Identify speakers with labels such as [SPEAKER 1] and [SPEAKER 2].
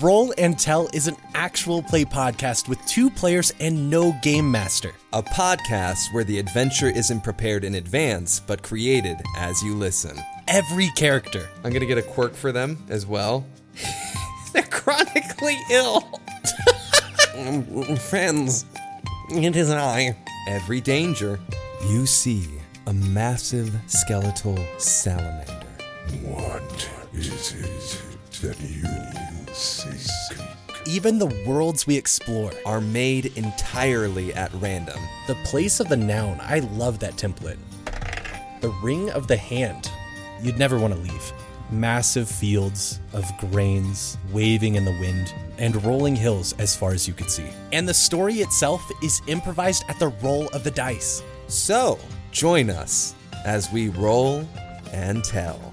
[SPEAKER 1] Roll and Tell is an actual play podcast with two players and no game master.
[SPEAKER 2] A podcast where the adventure isn't prepared in advance, but created as you listen.
[SPEAKER 1] Every character.
[SPEAKER 2] I'm gonna get a quirk for them as well.
[SPEAKER 3] They're chronically ill.
[SPEAKER 2] Friends,
[SPEAKER 3] It is I.
[SPEAKER 2] every danger, you see a massive skeletal salamander.
[SPEAKER 4] What is it that you seek?
[SPEAKER 1] Even the worlds we explore.
[SPEAKER 2] Are made entirely at random.
[SPEAKER 1] The place of the noun. I love that template. The ring of the hand. You'd never want to leave. Massive fields of grains waving in the wind and rolling hills as far as you could see. And the story itself is improvised at the roll of the dice.
[SPEAKER 2] So, join us as we roll and tell.